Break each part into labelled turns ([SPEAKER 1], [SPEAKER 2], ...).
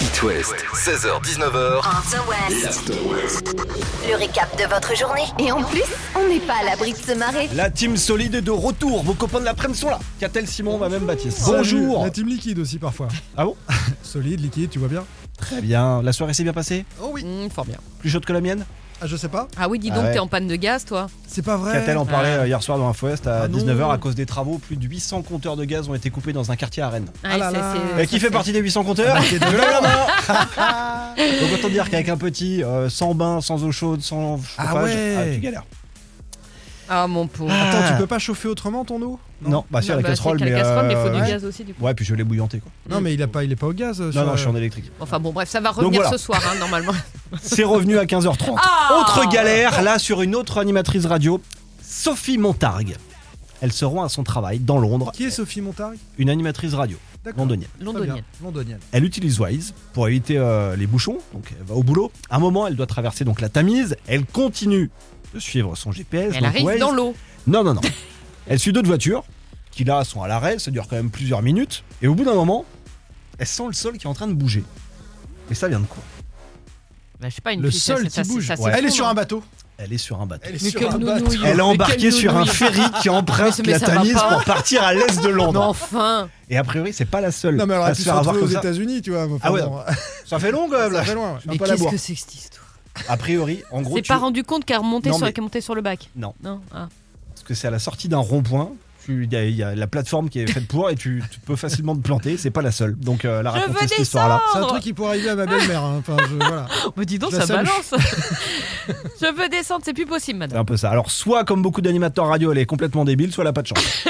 [SPEAKER 1] It West, 16h-19h,
[SPEAKER 2] After West. Le récap de votre journée. Et en plus, on n'est pas à l'abri de se marrer.
[SPEAKER 3] La team solide est de retour. Vos copains de l'après-midi sont là. Catel Simon, même Baptiste. Bonjour.
[SPEAKER 4] Salut. La team liquide aussi parfois.
[SPEAKER 3] Ah bon
[SPEAKER 4] Solide, liquide, tu vois bien
[SPEAKER 3] Très bien. La soirée s'est bien passée
[SPEAKER 4] Oh oui.
[SPEAKER 5] Mmh, fort bien.
[SPEAKER 3] Plus chaude que la mienne
[SPEAKER 4] Ah je sais pas.
[SPEAKER 5] Ah oui, dis
[SPEAKER 3] Ah
[SPEAKER 5] donc,
[SPEAKER 3] ouais.
[SPEAKER 5] t'es en panne de gaz, toi
[SPEAKER 4] C'est pas vrai.
[SPEAKER 3] Catel en parlait euh, hier soir dans Infoest à
[SPEAKER 4] Ah non.
[SPEAKER 3] 19h à cause des travaux. Plus de 800 compteurs de gaz ont été coupés dans un quartier à Rennes.
[SPEAKER 4] Ah là
[SPEAKER 5] c'est-
[SPEAKER 4] là.
[SPEAKER 5] c'est-
[SPEAKER 3] Et qui fait partie des 800 compteurs
[SPEAKER 4] bah,
[SPEAKER 3] Je lève la main. Donc autant dire qu'avec un petit, euh, sans bain, sans eau chaude, sans
[SPEAKER 4] Ah
[SPEAKER 3] chauffage,
[SPEAKER 4] ouais.
[SPEAKER 3] tu galères.
[SPEAKER 5] Ah, mon pauvre.
[SPEAKER 4] Attends, tu peux pas chauffer autrement ton eau
[SPEAKER 3] Non, bah si,
[SPEAKER 5] Non,
[SPEAKER 3] à la
[SPEAKER 5] bah, c'est
[SPEAKER 3] casserole,
[SPEAKER 5] qu'à la
[SPEAKER 3] mais.
[SPEAKER 5] casserole, mais il faut
[SPEAKER 3] euh,
[SPEAKER 5] du
[SPEAKER 3] ouais.
[SPEAKER 5] gaz aussi, du coup.
[SPEAKER 3] Ouais, puis je l'ai bouillanté quoi.
[SPEAKER 4] Non mais il a pas, il est pas au gaz. euh,
[SPEAKER 3] Non,
[SPEAKER 4] sur-
[SPEAKER 3] non, je suis en électrique.
[SPEAKER 5] Enfin bon, bref, ça va revenir
[SPEAKER 3] voilà.
[SPEAKER 5] ce soir, hein, normalement.
[SPEAKER 3] C'est revenu à 15h30.
[SPEAKER 5] Ah
[SPEAKER 3] autre galère, là, sur une autre animatrice radio, Sophie Montargue. Elle se rend à son travail dans Londres,
[SPEAKER 4] Qui est Sophie Montargis
[SPEAKER 3] une animatrice radio
[SPEAKER 4] D'accord.
[SPEAKER 3] londonienne.
[SPEAKER 4] Très bien.
[SPEAKER 5] Londonienne.
[SPEAKER 4] Londonienne.
[SPEAKER 3] Elle utilise Waze pour éviter euh, les bouchons, donc elle va au boulot. À un moment, elle doit traverser donc la Tamise. Elle continue de suivre son GPS.
[SPEAKER 5] Elle
[SPEAKER 3] donc
[SPEAKER 5] arrive
[SPEAKER 3] Waze.
[SPEAKER 5] dans l'eau.
[SPEAKER 3] Non, non, non. Elle suit d'autres voitures qui là sont à l'arrêt, ça dure quand même plusieurs minutes. Et au bout d'un moment, elle sent le sol qui est en train de bouger. Mais ça vient de quoi
[SPEAKER 5] Bah, je sais pas, une
[SPEAKER 4] Le
[SPEAKER 5] fille, ça-
[SPEAKER 4] sol
[SPEAKER 5] ça-
[SPEAKER 4] qui
[SPEAKER 5] ça-
[SPEAKER 4] bouge.
[SPEAKER 5] ça hein.
[SPEAKER 4] Elle est
[SPEAKER 5] s'effondre.
[SPEAKER 4] sur un bateau.
[SPEAKER 3] Elle est sur un bateau.
[SPEAKER 4] Elle est
[SPEAKER 5] Mais
[SPEAKER 4] sur
[SPEAKER 5] quelle
[SPEAKER 4] un bateau.
[SPEAKER 5] nounouille.
[SPEAKER 3] Elle est
[SPEAKER 5] Mais
[SPEAKER 3] embarquée
[SPEAKER 5] quelle
[SPEAKER 3] sur un
[SPEAKER 5] nounouille.
[SPEAKER 3] ferry qui emprunte
[SPEAKER 5] Mais- mais
[SPEAKER 3] la
[SPEAKER 5] ça va
[SPEAKER 3] Tamise
[SPEAKER 5] pas.
[SPEAKER 3] pour partir à l'est de
[SPEAKER 5] Mais
[SPEAKER 3] Londres.
[SPEAKER 5] enfin
[SPEAKER 3] Et a priori, c'est pas la seule
[SPEAKER 4] Non mais elle
[SPEAKER 3] à
[SPEAKER 4] aurait
[SPEAKER 3] se
[SPEAKER 4] pu se
[SPEAKER 3] faire avoir
[SPEAKER 4] retrouver aux
[SPEAKER 3] comme ça.
[SPEAKER 4] États-Unis, tu vois. enfin
[SPEAKER 3] Ah ouais.
[SPEAKER 4] bon, euh,
[SPEAKER 3] Ça fait long, quand même,
[SPEAKER 4] ça
[SPEAKER 3] là.
[SPEAKER 4] fait loin. ouais.
[SPEAKER 3] Je suis un
[SPEAKER 5] Mais
[SPEAKER 3] peu à la
[SPEAKER 5] qu'est-ce
[SPEAKER 3] bourre.
[SPEAKER 5] que c'est que cette histoire
[SPEAKER 3] A priori, en gros,
[SPEAKER 5] Ses
[SPEAKER 3] tu-
[SPEAKER 5] parents du compte qu'elle remontait
[SPEAKER 3] Non,
[SPEAKER 5] sur,
[SPEAKER 3] mais-
[SPEAKER 5] qu'elle montait sur le bac
[SPEAKER 3] Non.
[SPEAKER 5] Non ah.
[SPEAKER 3] parce que c'est à la sortie d'un rond-point. tu- Il y, a- il y a la plateforme qui est faite pour et tu, tu peux facilement te planter. C'est pas la seule. Donc, euh, elle a
[SPEAKER 5] Je
[SPEAKER 3] raconté
[SPEAKER 5] veux
[SPEAKER 3] cette histoire-là.
[SPEAKER 4] C'est un
[SPEAKER 5] Londres.
[SPEAKER 4] truc qui pourrait arriver à ma belle-mère. hein. Enfin, je- voilà.
[SPEAKER 5] Bah, dis donc,
[SPEAKER 4] Je la
[SPEAKER 5] ça
[SPEAKER 4] salue.
[SPEAKER 5] balance Je veux descendre, c'est plus possible,
[SPEAKER 3] C'est
[SPEAKER 5] madame.
[SPEAKER 3] un peu ça. Alors, soit comme beaucoup d'animateurs radio, elle est complètement débile, soit elle a pas de chance.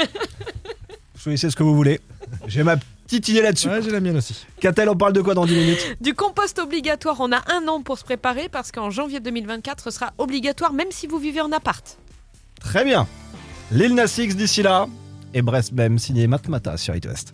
[SPEAKER 3] vous choisissez ce que vous voulez. J'ai ma petite idée là-dessus.
[SPEAKER 4] Ouais, j'ai la mienne aussi.
[SPEAKER 3] Catel, on parle de quoi dans 10 minutes
[SPEAKER 5] Du compost obligatoire, on a un an pour se préparer parce qu'en janvier 2024, ce sera obligatoire même si vous vivez en appart.
[SPEAKER 3] Très bien. Lil Nas X d'ici là. Et Brest même, signé Matmata sur It West.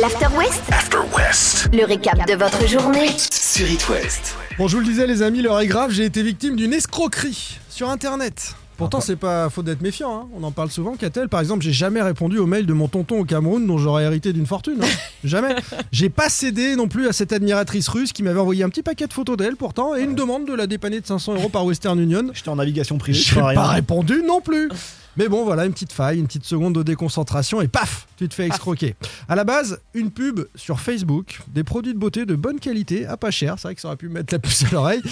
[SPEAKER 2] L'After West,
[SPEAKER 1] After West,
[SPEAKER 2] le récap de votre journée.
[SPEAKER 1] sur It West.
[SPEAKER 4] Bon, je vous le disais, les amis, l'heure est grave. J'ai été victime d'une escroquerie sur Internet. Pourtant,
[SPEAKER 3] Encore.
[SPEAKER 4] c'est pas faute d'être méfiant. hein. On en parle souvent. Catel, par exemple, j'ai jamais répondu au mail de mon tonton au Cameroun dont j'aurais hérité d'une fortune. hein. Jamais. J'ai pas cédé non plus à cette admiratrice russe qui m'avait envoyé un petit paquet de photos d'elle pourtant et une demande de la dépanner de 500 euros par Western Union.
[SPEAKER 3] J'étais en navigation privée. je
[SPEAKER 4] J'ai
[SPEAKER 3] fais
[SPEAKER 4] pas
[SPEAKER 3] rien.
[SPEAKER 4] répondu non plus. Mais bon, voilà, une petite faille, une petite seconde de déconcentration et paf, tu te fais escroquer. À la base, une pub sur Facebook, des produits de beauté de bonne qualité, à pas cher. C'est vrai que ça aurait pu me mettre la puce à l'oreille.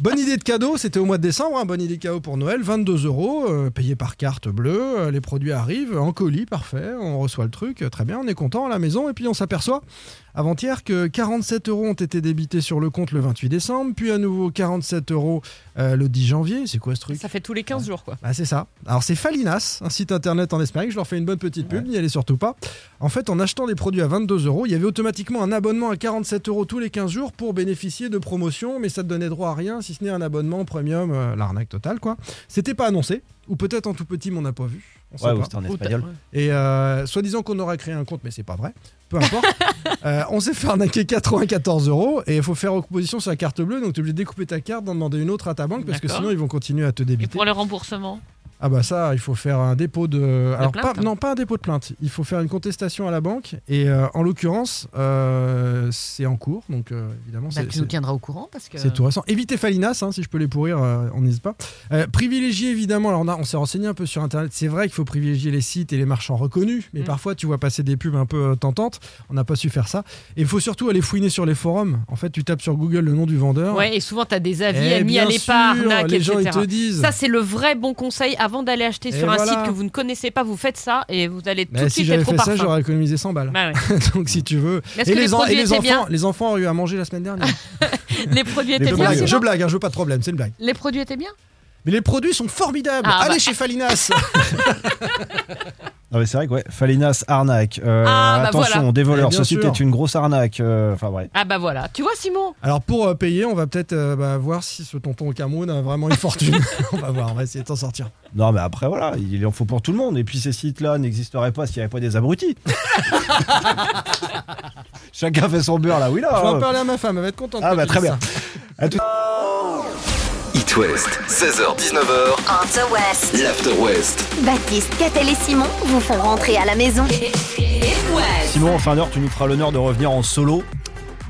[SPEAKER 4] bonne idée de cadeau, c'était au mois de décembre, hein, bonne idée de cadeau pour Noël, 22 euros, euh, payé par carte bleue. euh, les produits arrivent en colis, parfait. On reçoit le truc, euh, très bien, on est content à la maison et puis on s'aperçoit avant-hier que 47 euros ont été débités sur le compte le 28 décembre, puis à nouveau 47 euros euh, le 10 janvier. C'est quoi ce truc
[SPEAKER 5] Ça fait tous les 15 jours, quoi.
[SPEAKER 4] bah, c'est ça. Alors c'est Falinas, un site internet en Espagne. Je leur fais une bonne petite pub, n'y allez surtout pas. En fait, en achetant des produits à 22 euros, il y avait automatiquement un abonnement à 47 euros tous les 15 jours pour bénéficier de promotions, mais ça te donnait droit à rien si ce n'est un abonnement premium, euh, l'arnaque totale quoi. C'était pas annoncé, ou peut-être en tout petit, mais on n'a pas vu. On sait
[SPEAKER 3] Ouais,
[SPEAKER 4] pas.
[SPEAKER 3] ou c'était en espagnol.
[SPEAKER 4] Et euh, soi-disant qu'on aurait créé un compte, mais c'est pas vrai. Peu importe. Euh, on s'est fait arnaquer 94 euros et il faut faire opposition sur la carte bleue, donc tu es obligé de découper ta carte, d'en demander une autre à ta banque parce que
[SPEAKER 5] D'accord.
[SPEAKER 4] sinon ils vont continuer à te débiter.
[SPEAKER 5] Et pour le remboursement
[SPEAKER 4] Ah bah ça, il faut faire un dépôt de... Alors
[SPEAKER 5] plainte
[SPEAKER 4] pas, non, pas un dépôt de plainte. Il faut faire une contestation à la banque. Et euh, en l'occurrence, euh, c'est en cours. Donc euh, évidemment, c'est...
[SPEAKER 5] Bah, Tu
[SPEAKER 4] c'est-
[SPEAKER 5] nous euh. tiendras au courant parce que.
[SPEAKER 4] c'est tout récent. Évitez Falinas, hein, si je peux les pourrir, euh, on n'hésite pas. Euh, privilégier évidemment, alors on, a- on s'est renseigné un peu sur Internet, c'est vrai qu'il faut privilégier les sites et les marchands reconnus, mais
[SPEAKER 5] Mm.
[SPEAKER 4] parfois tu vois passer des pubs un peu euh, tentantes, on n'a pas su faire ça. Et il faut surtout aller fouiner sur les forums. En fait, tu tapes sur Google le nom du vendeur.
[SPEAKER 5] Ouais, et souvent, t'as des avis,
[SPEAKER 4] Eh
[SPEAKER 5] amis,
[SPEAKER 4] bien
[SPEAKER 5] allez pas,
[SPEAKER 4] sûr,
[SPEAKER 5] arnaque,
[SPEAKER 4] les
[SPEAKER 5] etc.
[SPEAKER 4] gens ils te disent.
[SPEAKER 5] Ça, c'est le vrai bon conseil. Avant d'aller acheter
[SPEAKER 4] Et
[SPEAKER 5] sur un
[SPEAKER 4] voilà.
[SPEAKER 5] site que vous ne connaissez pas, vous faites ça et vous allez tout
[SPEAKER 4] Mais
[SPEAKER 5] de
[SPEAKER 4] si
[SPEAKER 5] suite
[SPEAKER 4] j'avais
[SPEAKER 5] être au
[SPEAKER 4] fait ça,
[SPEAKER 5] parfum.
[SPEAKER 4] j'aurais économisé 100 balles.
[SPEAKER 5] Bah ouais.
[SPEAKER 4] Donc si tu veux.
[SPEAKER 5] Mais est-ce que les
[SPEAKER 4] en-
[SPEAKER 5] produits étaient
[SPEAKER 4] enfants,
[SPEAKER 5] bien Ah,
[SPEAKER 4] les enfants ont eu à manger la semaine dernière.
[SPEAKER 5] les produits
[SPEAKER 3] Les
[SPEAKER 5] étaient
[SPEAKER 4] je,
[SPEAKER 3] produits,
[SPEAKER 5] bien.
[SPEAKER 4] blague,
[SPEAKER 3] c'est
[SPEAKER 4] je
[SPEAKER 5] Simon
[SPEAKER 4] blague, hein, je veux pas de problème, c'est une blague.
[SPEAKER 5] Les produits étaient bien.
[SPEAKER 4] Mais les produits sont formidables.
[SPEAKER 5] Ah,
[SPEAKER 4] Allez
[SPEAKER 5] bah.
[SPEAKER 4] chez Falinas.
[SPEAKER 3] Non mais c'est vrai que ouais, Falinas, arnaque. euh,
[SPEAKER 5] Ah, bah
[SPEAKER 3] attention,
[SPEAKER 5] voilà.
[SPEAKER 3] des voleurs,
[SPEAKER 4] Eh bien
[SPEAKER 3] ce site
[SPEAKER 4] sûr.
[SPEAKER 3] est une grosse arnaque. euh, Enfin ouais.
[SPEAKER 5] Ah bah voilà. Tu vois, Simon
[SPEAKER 4] Alors pour euh, payer, on va peut-être euh, bah, voir si ce tonton au Cameroun a vraiment une fortune. on va voir, on va essayer de s'en sortir.
[SPEAKER 3] Non mais après voilà, il en faut pour tout le monde. Et puis ces sites-là n'existeraient pas s'il n'y avait pas des abrutis. Chacun fait son beurre là, oui
[SPEAKER 4] Je vais en
[SPEAKER 3] là.
[SPEAKER 4] parler à ma femme, elle va être contente.
[SPEAKER 3] hein. Ah
[SPEAKER 4] que
[SPEAKER 3] bah
[SPEAKER 4] tu
[SPEAKER 3] très
[SPEAKER 4] dises
[SPEAKER 3] bien.
[SPEAKER 4] ça.
[SPEAKER 1] It West, 16h-19h,
[SPEAKER 2] After West.
[SPEAKER 1] l'After West.
[SPEAKER 2] Baptiste, Catel et Simon vous font rentrer à la maison.
[SPEAKER 3] Simon, en fin d'heure, tu nous feras l'honneur de revenir en solo.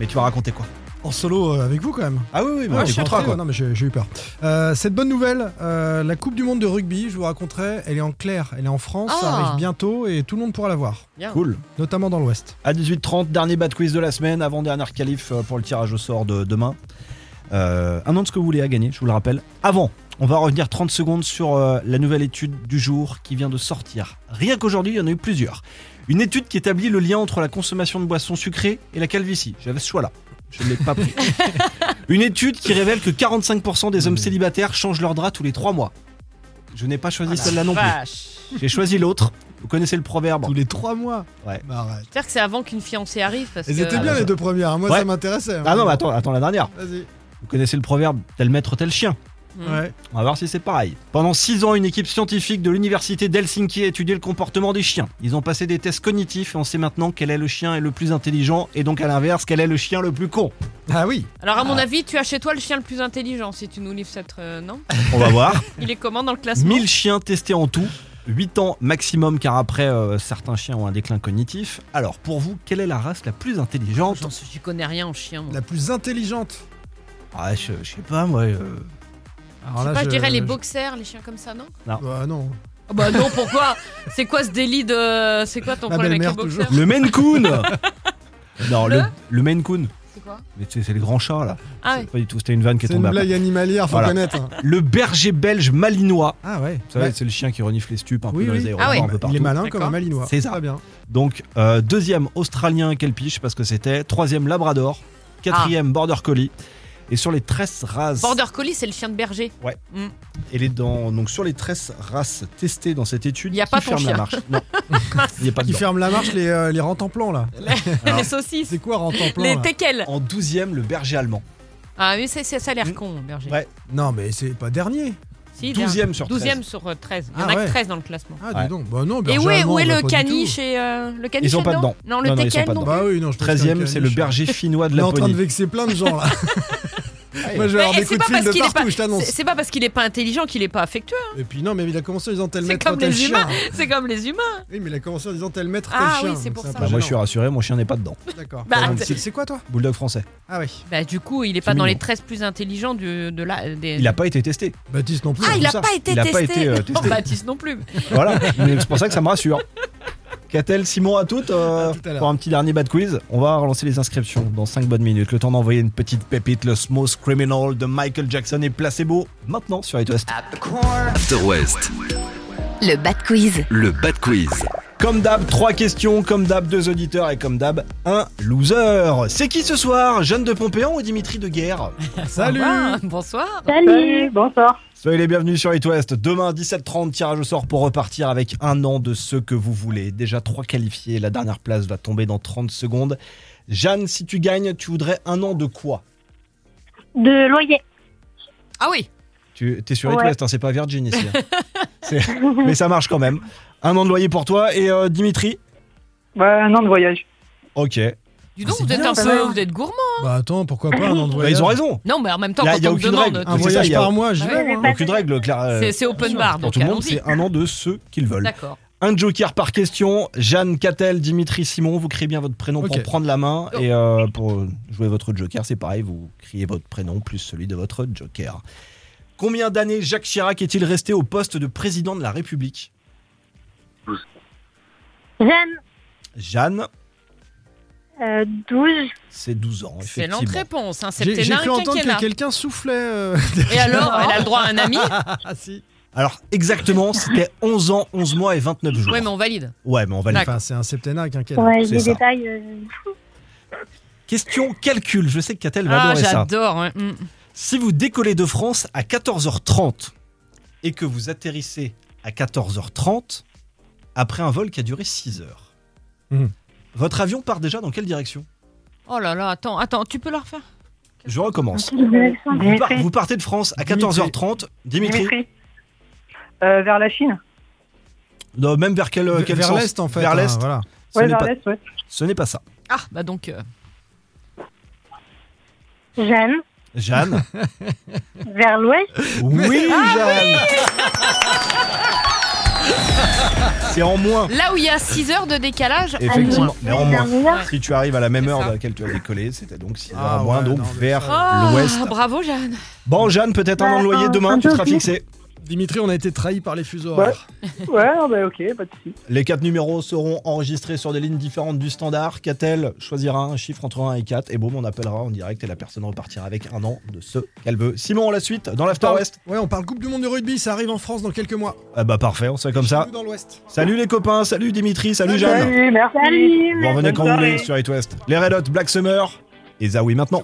[SPEAKER 3] Mais tu vas raconter quoi
[SPEAKER 4] En solo euh, avec vous quand même.
[SPEAKER 3] Ah oui, oui,
[SPEAKER 4] Ouais,
[SPEAKER 3] bah,
[SPEAKER 4] je
[SPEAKER 3] tu
[SPEAKER 4] suis
[SPEAKER 3] compteras,
[SPEAKER 4] entré, ouais, non, mais j'ai j'ai eu peur. Euh, cette bonne nouvelle, euh, la Coupe du Monde de rugby, je vous raconterai, elle est en clair, elle est en France, ça
[SPEAKER 5] Ah.
[SPEAKER 4] arrive bientôt et tout le monde pourra la voir,
[SPEAKER 3] Cool.
[SPEAKER 4] notamment dans l'Ouest.
[SPEAKER 3] À 18h30, dernier bad quiz de la semaine, avant-dernière qualif euh, pour le tirage au sort de demain. Euh, un an de ce que vous voulez à gagner, je vous le rappelle. Avant, on va revenir 30 secondes sur euh, la nouvelle étude du jour qui vient de sortir. Rien qu'aujourd'hui, il y en a eu plusieurs. Une étude qui établit le lien entre la consommation de boissons sucrées et la calvitie. J'avais ce choix-là. Je ne l'ai pas pris. Une étude qui révèle que 45% des hommes célibataires changent leur drap tous les 3 mois. Je n'ai pas
[SPEAKER 5] Ah,
[SPEAKER 3] choisi celle-là non plus. J'ai choisi l'autre. Vous connaissez le proverbe.
[SPEAKER 4] Tous les trois mois
[SPEAKER 3] Ouais.
[SPEAKER 4] Bah, arrête.
[SPEAKER 5] J'espère que c'est avant qu'une fiancée arrive. Parce
[SPEAKER 4] Elles
[SPEAKER 5] que- Ah, bah,
[SPEAKER 4] étaient bien les deux premières, hein, moi
[SPEAKER 3] Ouais.
[SPEAKER 4] ça m'intéressait. hein.
[SPEAKER 3] Ah non, mais attends, attends la dernière.
[SPEAKER 4] Vas-y.
[SPEAKER 3] Vous connaissez le proverbe tel maître, tel chien.
[SPEAKER 5] Mm.
[SPEAKER 4] Ouais.
[SPEAKER 3] On va voir si c'est pareil. Pendant 6 ans, une équipe scientifique de l'université d'Helsinki a étudié le comportement des chiens. Ils ont passé des tests cognitifs et on sait maintenant quel est le chien est le plus intelligent et donc à l'inverse, quel est le chien le plus con.
[SPEAKER 4] Ah oui
[SPEAKER 5] Alors, à mon avis, tu as chez toi le chien le plus intelligent si tu nous livres cette. euh, non
[SPEAKER 3] On va voir.
[SPEAKER 5] Il est comment dans le classement
[SPEAKER 3] 1000 chiens testés en tout. 8 ans maximum car après euh, certains chiens ont un déclin cognitif. Alors pour vous, quelle est la race la plus intelligente
[SPEAKER 5] J'en sais- J'y connais rien en chien. moi.
[SPEAKER 4] La plus intelligente
[SPEAKER 3] Ah je, je sais pas moi. euh,
[SPEAKER 4] Alors
[SPEAKER 5] Bah, je, sais pas, je dirais les boxers, les chiens comme ça, non
[SPEAKER 4] Bah non.
[SPEAKER 5] Ah Bah non, pourquoi C'est quoi ce délit de. C'est quoi ton
[SPEAKER 4] Ma
[SPEAKER 5] problème avec les
[SPEAKER 4] belle-mère,
[SPEAKER 5] boxers
[SPEAKER 3] Le Maine Coon Non, le, le Maine Coon.
[SPEAKER 5] C'est quoi
[SPEAKER 3] Mais tu sais, c'est les grands chats là.
[SPEAKER 5] Ah
[SPEAKER 3] C'est
[SPEAKER 5] ouais.
[SPEAKER 3] Pas du tout, c'était une vanne qui est
[SPEAKER 4] C'est une
[SPEAKER 3] tombée à plat.
[SPEAKER 4] blague animalière, faut
[SPEAKER 3] Voilà.
[SPEAKER 4] connaître. hein.
[SPEAKER 3] Le berger belge malinois.
[SPEAKER 4] Ah ouais.
[SPEAKER 3] Vous savez, c'est le chien qui renifle les stupes un peu
[SPEAKER 4] Oui,
[SPEAKER 3] dans
[SPEAKER 4] oui.
[SPEAKER 3] les aéroports,
[SPEAKER 5] Ah oui.
[SPEAKER 3] un peu
[SPEAKER 4] Il
[SPEAKER 3] partout.
[SPEAKER 4] est malin comme un
[SPEAKER 5] D'accord.
[SPEAKER 4] malinois.
[SPEAKER 3] C'est ça.
[SPEAKER 4] Très bien.
[SPEAKER 3] Donc, euh, deuxième, Australien Kelpiche, parce que c'était. Troisième, Labrador. Quatrième, Border Collie. Et sur les 13 races.
[SPEAKER 5] Border Collie, c'est le chien de berger.
[SPEAKER 3] Et les dents- donc sur les 13 races testées dans cette étude,
[SPEAKER 5] Il y a
[SPEAKER 3] qui
[SPEAKER 5] pas ton
[SPEAKER 3] ferme la
[SPEAKER 5] chien.
[SPEAKER 3] marche Non. Il n'y a pas de
[SPEAKER 4] Qui
[SPEAKER 3] dents.
[SPEAKER 4] ferme la marche, les, euh, les rentemplans là.
[SPEAKER 5] les saucisses.
[SPEAKER 4] C'est quoi rentemplans
[SPEAKER 5] Les
[SPEAKER 4] là
[SPEAKER 5] teckels.
[SPEAKER 3] En douzième, le berger allemand.
[SPEAKER 5] Ah oui, c'est- c'est- ça a l'air
[SPEAKER 3] Mm.
[SPEAKER 5] con, berger.
[SPEAKER 3] Ouais.
[SPEAKER 4] Non mais c'est pas dernier.
[SPEAKER 5] Si,
[SPEAKER 3] Douzième sur 13.
[SPEAKER 5] 12 sur euh, 13. Il y en
[SPEAKER 4] Ah
[SPEAKER 5] a
[SPEAKER 4] ouais.
[SPEAKER 5] que 13 dans le classement.
[SPEAKER 4] Ah
[SPEAKER 3] Ouais.
[SPEAKER 4] dis donc. Bah non.
[SPEAKER 5] Et
[SPEAKER 4] berger
[SPEAKER 5] où est,
[SPEAKER 4] allemand,
[SPEAKER 5] où est
[SPEAKER 4] on voit
[SPEAKER 5] le
[SPEAKER 4] pas du
[SPEAKER 5] caniche et euh, le caniche
[SPEAKER 3] Ils sont
[SPEAKER 5] est
[SPEAKER 3] pas
[SPEAKER 5] dedans
[SPEAKER 3] dedans.
[SPEAKER 5] Non, le
[SPEAKER 3] Non, non, ils sont
[SPEAKER 5] teckel
[SPEAKER 3] pas
[SPEAKER 5] non
[SPEAKER 4] tout.
[SPEAKER 3] dedans.
[SPEAKER 4] Bah oui non. Je pense qu'il y
[SPEAKER 3] Treizième,
[SPEAKER 4] a
[SPEAKER 3] c'est le
[SPEAKER 4] caniche.
[SPEAKER 3] berger finnois de
[SPEAKER 4] Il est
[SPEAKER 3] la
[SPEAKER 4] en train de
[SPEAKER 3] Laponie.
[SPEAKER 4] vexer plein de gens là. Moi je vais
[SPEAKER 5] Mais
[SPEAKER 4] avoir des
[SPEAKER 5] c'est
[SPEAKER 4] coups
[SPEAKER 5] pas
[SPEAKER 4] de fil
[SPEAKER 5] parce
[SPEAKER 4] de
[SPEAKER 5] qu'il est
[SPEAKER 4] partout,
[SPEAKER 5] pas-
[SPEAKER 4] je
[SPEAKER 5] C'est
[SPEAKER 4] t'annonce.
[SPEAKER 5] c'est pas parce qu'il est pas intelligent qu'il est pas affectueux. hein.
[SPEAKER 4] Et puis non mais il a commencé en disant tel
[SPEAKER 5] C'est
[SPEAKER 4] maître
[SPEAKER 5] comme
[SPEAKER 4] tel
[SPEAKER 5] les
[SPEAKER 4] chien.
[SPEAKER 5] humains. C'est comme les humains.
[SPEAKER 4] Oui mais il a commencé en disant tel maître tel
[SPEAKER 5] Ah
[SPEAKER 4] chien.
[SPEAKER 5] oui, c'est
[SPEAKER 4] donc
[SPEAKER 5] pour
[SPEAKER 4] un
[SPEAKER 5] ça.
[SPEAKER 4] peu
[SPEAKER 3] Bah, moi, je suis
[SPEAKER 4] gênant.
[SPEAKER 3] rassuré, mon chien n'est pas dedans.
[SPEAKER 4] D'accord.
[SPEAKER 5] Bah,
[SPEAKER 4] Pardon,
[SPEAKER 5] c'est-
[SPEAKER 4] c'est c'est quoi toi
[SPEAKER 3] Bulldog français.
[SPEAKER 4] Ah oui.
[SPEAKER 5] Bah du coup, il est
[SPEAKER 3] C'est
[SPEAKER 5] pas dans
[SPEAKER 3] mignon.
[SPEAKER 5] les 13 plus intelligents du, de la, des...
[SPEAKER 3] Il n'a pas été testé.
[SPEAKER 4] Baptiste non plus.
[SPEAKER 5] Ah,
[SPEAKER 3] pour
[SPEAKER 5] il a
[SPEAKER 3] ça.
[SPEAKER 5] pas été
[SPEAKER 3] Il a
[SPEAKER 5] testé.
[SPEAKER 3] pas été, euh, testé.
[SPEAKER 5] Non, Baptiste non plus.
[SPEAKER 3] Voilà, Mais c'est pour ça que ça me rassure. Qu'a-t-elle Simon à toutes euh,
[SPEAKER 4] À tout à l'heure.
[SPEAKER 3] pour un petit dernier bad quiz On va relancer les inscriptions dans 5 bonnes minutes. Le temps d'envoyer une petite pépite, le Smooth Criminal de Michael Jackson et Placebo, maintenant sur It West.
[SPEAKER 1] After West,
[SPEAKER 2] Le Bat Quiz.
[SPEAKER 1] le Bad Quiz.
[SPEAKER 3] Comme d'hab, 3 questions, comme d'hab, 2 auditeurs et comme d'hab, un loser. C'est qui ce soir Jeanne de Pompéan ou Dimitri de Guerre
[SPEAKER 4] Salut.
[SPEAKER 5] Au revoir. Bonsoir.
[SPEAKER 6] Salut, bonsoir.
[SPEAKER 3] Soyez les bienvenus sur It West. Demain, 17h30, tirage au sort pour repartir avec un an de ce que vous voulez. Déjà trois qualifiés. La dernière place va tomber dans 30 secondes. Jeanne, si tu gagnes, tu voudrais un an de quoi
[SPEAKER 6] De loyer.
[SPEAKER 5] Ah oui.
[SPEAKER 3] Tu es sur It
[SPEAKER 6] Ouais.
[SPEAKER 3] West, hein, c'est pas Virgin ici. hein. C'est- Mais ça marche quand même. Un an de loyer pour toi. Et euh, Dimitri
[SPEAKER 6] Bah, un an de voyage.
[SPEAKER 3] Ok.
[SPEAKER 5] Du
[SPEAKER 4] Ah,
[SPEAKER 5] donc,
[SPEAKER 4] c'est
[SPEAKER 5] vous êtes
[SPEAKER 4] bien,
[SPEAKER 5] un
[SPEAKER 4] pas
[SPEAKER 5] peu,
[SPEAKER 4] mal.
[SPEAKER 5] vous êtes gourmand.
[SPEAKER 4] Bah attends pourquoi pas un an de
[SPEAKER 3] Bah,
[SPEAKER 4] voyage.
[SPEAKER 3] ils ont raison.
[SPEAKER 5] Non, mais en même temps,
[SPEAKER 3] Là,
[SPEAKER 5] quand
[SPEAKER 3] y a
[SPEAKER 5] on me
[SPEAKER 3] aucune
[SPEAKER 5] demande,
[SPEAKER 3] règle.
[SPEAKER 5] tu
[SPEAKER 4] Un
[SPEAKER 3] C'est
[SPEAKER 5] sais,
[SPEAKER 3] ça,
[SPEAKER 4] voyage
[SPEAKER 3] il y a-
[SPEAKER 4] par mois, j'y
[SPEAKER 5] Bah
[SPEAKER 4] vais.
[SPEAKER 6] Ouais.
[SPEAKER 4] hein.
[SPEAKER 3] Aucune règle, Claire. euh,
[SPEAKER 5] c'est c'est open bar,
[SPEAKER 3] Pour
[SPEAKER 5] donc
[SPEAKER 3] tout le monde,
[SPEAKER 5] allons-y.
[SPEAKER 3] c'est Oh, un an de ceux qu'ils veulent.
[SPEAKER 5] D'accord.
[SPEAKER 3] Un joker par question. Jeanne, Catel, Dimitri, Simon, vous criez bien votre prénom
[SPEAKER 4] Ok.
[SPEAKER 3] pour prendre la main.
[SPEAKER 5] Oh.
[SPEAKER 3] Et euh, pour jouer votre joker, c'est pareil, vous criez votre prénom plus celui de votre joker. Combien d'années Jacques Chirac est-il resté au poste de président de la République
[SPEAKER 6] Jeanne,
[SPEAKER 3] Jeanne,
[SPEAKER 6] euh, 12.
[SPEAKER 3] c'est 12 ans, effectivement.
[SPEAKER 5] Excellente réponse. Hein.
[SPEAKER 4] J'ai j'ai
[SPEAKER 5] Septennat,
[SPEAKER 4] cru entendre
[SPEAKER 5] quinquennat.
[SPEAKER 4] que quelqu'un soufflait. euh,
[SPEAKER 5] Et alors, elle a le droit à un ami
[SPEAKER 4] Ah si.
[SPEAKER 3] Alors, exactement, c'était 11 ans, 11 mois et 29 jours.
[SPEAKER 5] Ouais, mais on valide.
[SPEAKER 3] Ouais, mais on va le faire.
[SPEAKER 4] Enfin c'est un septennat quinquennat.
[SPEAKER 6] Ouais,
[SPEAKER 3] c'est
[SPEAKER 6] les
[SPEAKER 3] ça.
[SPEAKER 6] détails. euh,
[SPEAKER 3] Question calcul, je sais que Catel va
[SPEAKER 5] Ah,
[SPEAKER 3] adorer ça.
[SPEAKER 5] j'adore. ouais. Mm.
[SPEAKER 3] Si vous décollez de France à 14h30 et que vous atterrissez à 14h30 après un vol qui a duré 6 heures,
[SPEAKER 4] Mhm.
[SPEAKER 3] votre avion part déjà dans quelle direction
[SPEAKER 5] Oh là là, attends, attends, tu peux le refaire
[SPEAKER 3] Je recommence.
[SPEAKER 6] direction
[SPEAKER 3] Vous, par-
[SPEAKER 6] Dimitri.
[SPEAKER 3] vous partez de France à 14h30, Dimitri,
[SPEAKER 6] Dimitri. Euh, vers la Chine.
[SPEAKER 3] non, même vers quel,
[SPEAKER 4] Vers-
[SPEAKER 3] quel
[SPEAKER 4] vers
[SPEAKER 3] sens
[SPEAKER 4] l'est en fait.
[SPEAKER 3] Vers
[SPEAKER 4] hein,
[SPEAKER 3] l'est.
[SPEAKER 4] voilà.
[SPEAKER 3] Ce
[SPEAKER 6] Ouais,
[SPEAKER 3] n'est
[SPEAKER 6] vers
[SPEAKER 3] pas-
[SPEAKER 6] l'Est, ouais.
[SPEAKER 3] ce n'est pas, ça.
[SPEAKER 5] Ah, bah donc, euh,
[SPEAKER 6] Jeanne,
[SPEAKER 3] Jeanne
[SPEAKER 4] Ah
[SPEAKER 6] vers l'Ouest.
[SPEAKER 3] Oui, Jeanne C'est en moins.
[SPEAKER 5] Là où il y a 6 heures de décalage, en moins.
[SPEAKER 3] Effectivement, mais en moins.
[SPEAKER 5] Ouais.
[SPEAKER 3] Si tu arrives à la même
[SPEAKER 5] C'est
[SPEAKER 3] heure
[SPEAKER 5] ça.
[SPEAKER 3] à laquelle tu as décollé, c'était donc 6 heures
[SPEAKER 4] Ah
[SPEAKER 3] en moins,
[SPEAKER 4] ouais,
[SPEAKER 3] donc
[SPEAKER 4] non, mais
[SPEAKER 3] vers
[SPEAKER 6] Oh.
[SPEAKER 5] Ah,
[SPEAKER 3] l'ouest. Ah
[SPEAKER 5] bravo Jeanne.
[SPEAKER 3] Bon, Jeanne, peut-être
[SPEAKER 7] Bah,
[SPEAKER 3] un an de loyer
[SPEAKER 6] Ouais,
[SPEAKER 3] demain,
[SPEAKER 6] un
[SPEAKER 3] tu seras
[SPEAKER 6] jogging.
[SPEAKER 3] fixé.
[SPEAKER 4] Dimitri, on a été trahi par les fuseaux horaires.
[SPEAKER 6] Ouais, non, bah, ok, pas de soucis.
[SPEAKER 3] Les quatre numéros seront enregistrés sur des lignes différentes du standard. Catel choisira un chiffre entre 1 et 4 et boum, on appellera en direct et la personne repartira avec un an de ce qu'elle veut. Simon, la suite dans l'After West.
[SPEAKER 4] Ouais, on parle Coupe du Monde de rugby, ça arrive en France dans quelques mois.
[SPEAKER 7] Oh.
[SPEAKER 3] Ah bah parfait, on se fait comme ça.
[SPEAKER 4] Nous, dans l'Ouest.
[SPEAKER 3] Salut les copains, salut Dimitri, salut Jeanne.
[SPEAKER 6] Salut, merci.
[SPEAKER 3] Vous revenez quand vous voulez sur It West. Les Red Hot, Black Summer et Zawi maintenant.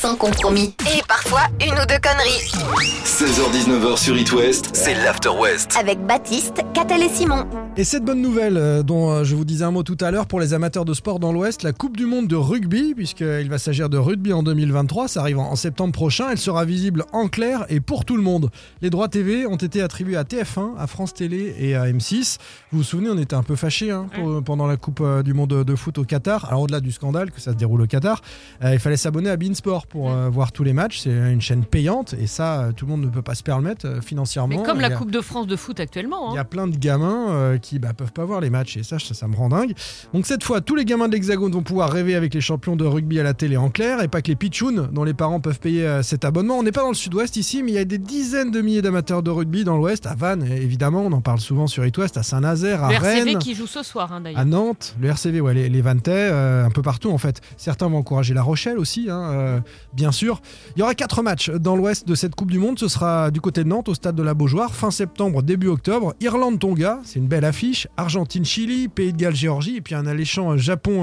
[SPEAKER 2] Sans compromis. Et parfois, une ou deux conneries.
[SPEAKER 1] 16h-19h sur It West, c'est l'After West.
[SPEAKER 2] Avec Baptiste, Catel et Simon.
[SPEAKER 4] Et cette bonne nouvelle euh, dont euh, je vous disais un mot tout à l'heure pour les amateurs de sport dans l'Ouest, la Coupe du Monde de rugby, puisqu'il va s'agir de rugby en 2023, ça arrive en en septembre prochain, elle sera visible en clair et pour tout le monde. Les droits TV ont été attribués à TF1, à France Télé et à M6. Vous vous souvenez, on était un peu fâchés hein, pour- pendant la Coupe euh, du Monde de, de foot au Qatar. Alors au-delà du scandale que ça se déroule au Qatar, euh, il fallait s'abonner à Beansport pour euh, voir tous les matchs. C'est une chaîne payante et ça, euh, tout le monde ne peut pas se permettre euh, financièrement.
[SPEAKER 7] Mais comme la
[SPEAKER 4] Il y a-
[SPEAKER 7] Coupe de France de foot actuellement.
[SPEAKER 4] il
[SPEAKER 7] hein.
[SPEAKER 4] y a plein de gamins euh, qui bah, peuvent pas voir les matchs et ça, ça, ça me rend dingue. Donc cette fois, tous les gamins de l'Hexagone vont pouvoir rêver avec les champions de rugby à la télé en clair et pas que les pitchouns dont les parents peuvent payer euh, cet abonnement. On n'est pas dans le sud-ouest ici, mais il y a des dizaines de milliers d'amateurs de rugby dans l'ouest, à Vannes évidemment, on en parle souvent sur It West, à Saint-Nazaire, à
[SPEAKER 7] Le
[SPEAKER 4] Rennes. Ah.
[SPEAKER 7] RCV qui joue ce soir hein, d'ailleurs.
[SPEAKER 4] À Nantes, le RCV, ouais, les, les Vantais, euh, un peu partout en fait. Certains vont encourager La Rochelle aussi, hein, euh, bien sûr. Il y aura quatre matchs dans l'ouest de cette Coupe du Monde. Ce sera du côté de Nantes, au stade de la Beaujoire, fin septembre, début octobre. Irlande-Tonga, c'est une belle affiche. Argentine-Chili, Pays de Galles-Géorgie, et puis un alléchant euh,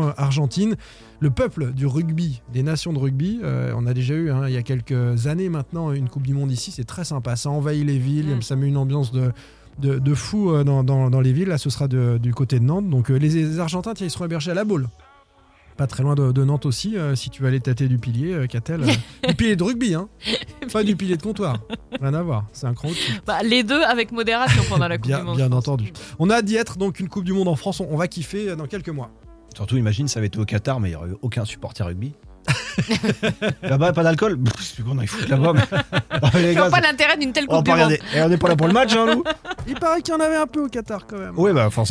[SPEAKER 4] Japon-Argentine. Le peuple du rugby, des nations de rugby, euh, on a déjà eu hein, il y a quelques années maintenant une Coupe du Monde ici, c'est très sympa. Ça envahit les villes,
[SPEAKER 7] Mm.
[SPEAKER 4] ça met une ambiance de, de, de fou euh, dans, dans- dans les villes. Là, ce sera de- du côté de Nantes. Donc, euh, les, les Argentins, tiens, ils seront hébergés à La Baule. Pas très loin de, de Nantes aussi, euh, si tu veux aller tâter du pilier, euh, Catel. euh, du pilier de rugby, hein. Pas du pilier de comptoir. Rien à voir. C'est un cran au-dessus.
[SPEAKER 7] Bah, les deux avec modération pendant la Coupe
[SPEAKER 4] Bien-
[SPEAKER 7] du Monde.
[SPEAKER 4] bien
[SPEAKER 7] je pense.
[SPEAKER 4] entendu. On a hâte d'y être, donc une Coupe du Monde en France, on, on va kiffer euh, dans quelques mois.
[SPEAKER 3] Surtout, imagine, ça avait été au Qatar, mais il n'y aurait eu aucun supporter rugby. là-bas, pas d'alcool Pff, C'est qu'on a foutre là-bas. mais- Non, mais les
[SPEAKER 7] Je
[SPEAKER 3] gars, Oh,
[SPEAKER 7] vois pas l'intérêt d'une telle
[SPEAKER 3] on va
[SPEAKER 7] Coupe
[SPEAKER 3] pas
[SPEAKER 7] du Monde.
[SPEAKER 3] regarder. Et on n'est pas là pour le match, hein, nous
[SPEAKER 4] Il paraît qu'il y en avait un peu au Qatar quand même.
[SPEAKER 3] Oui, bah forcément.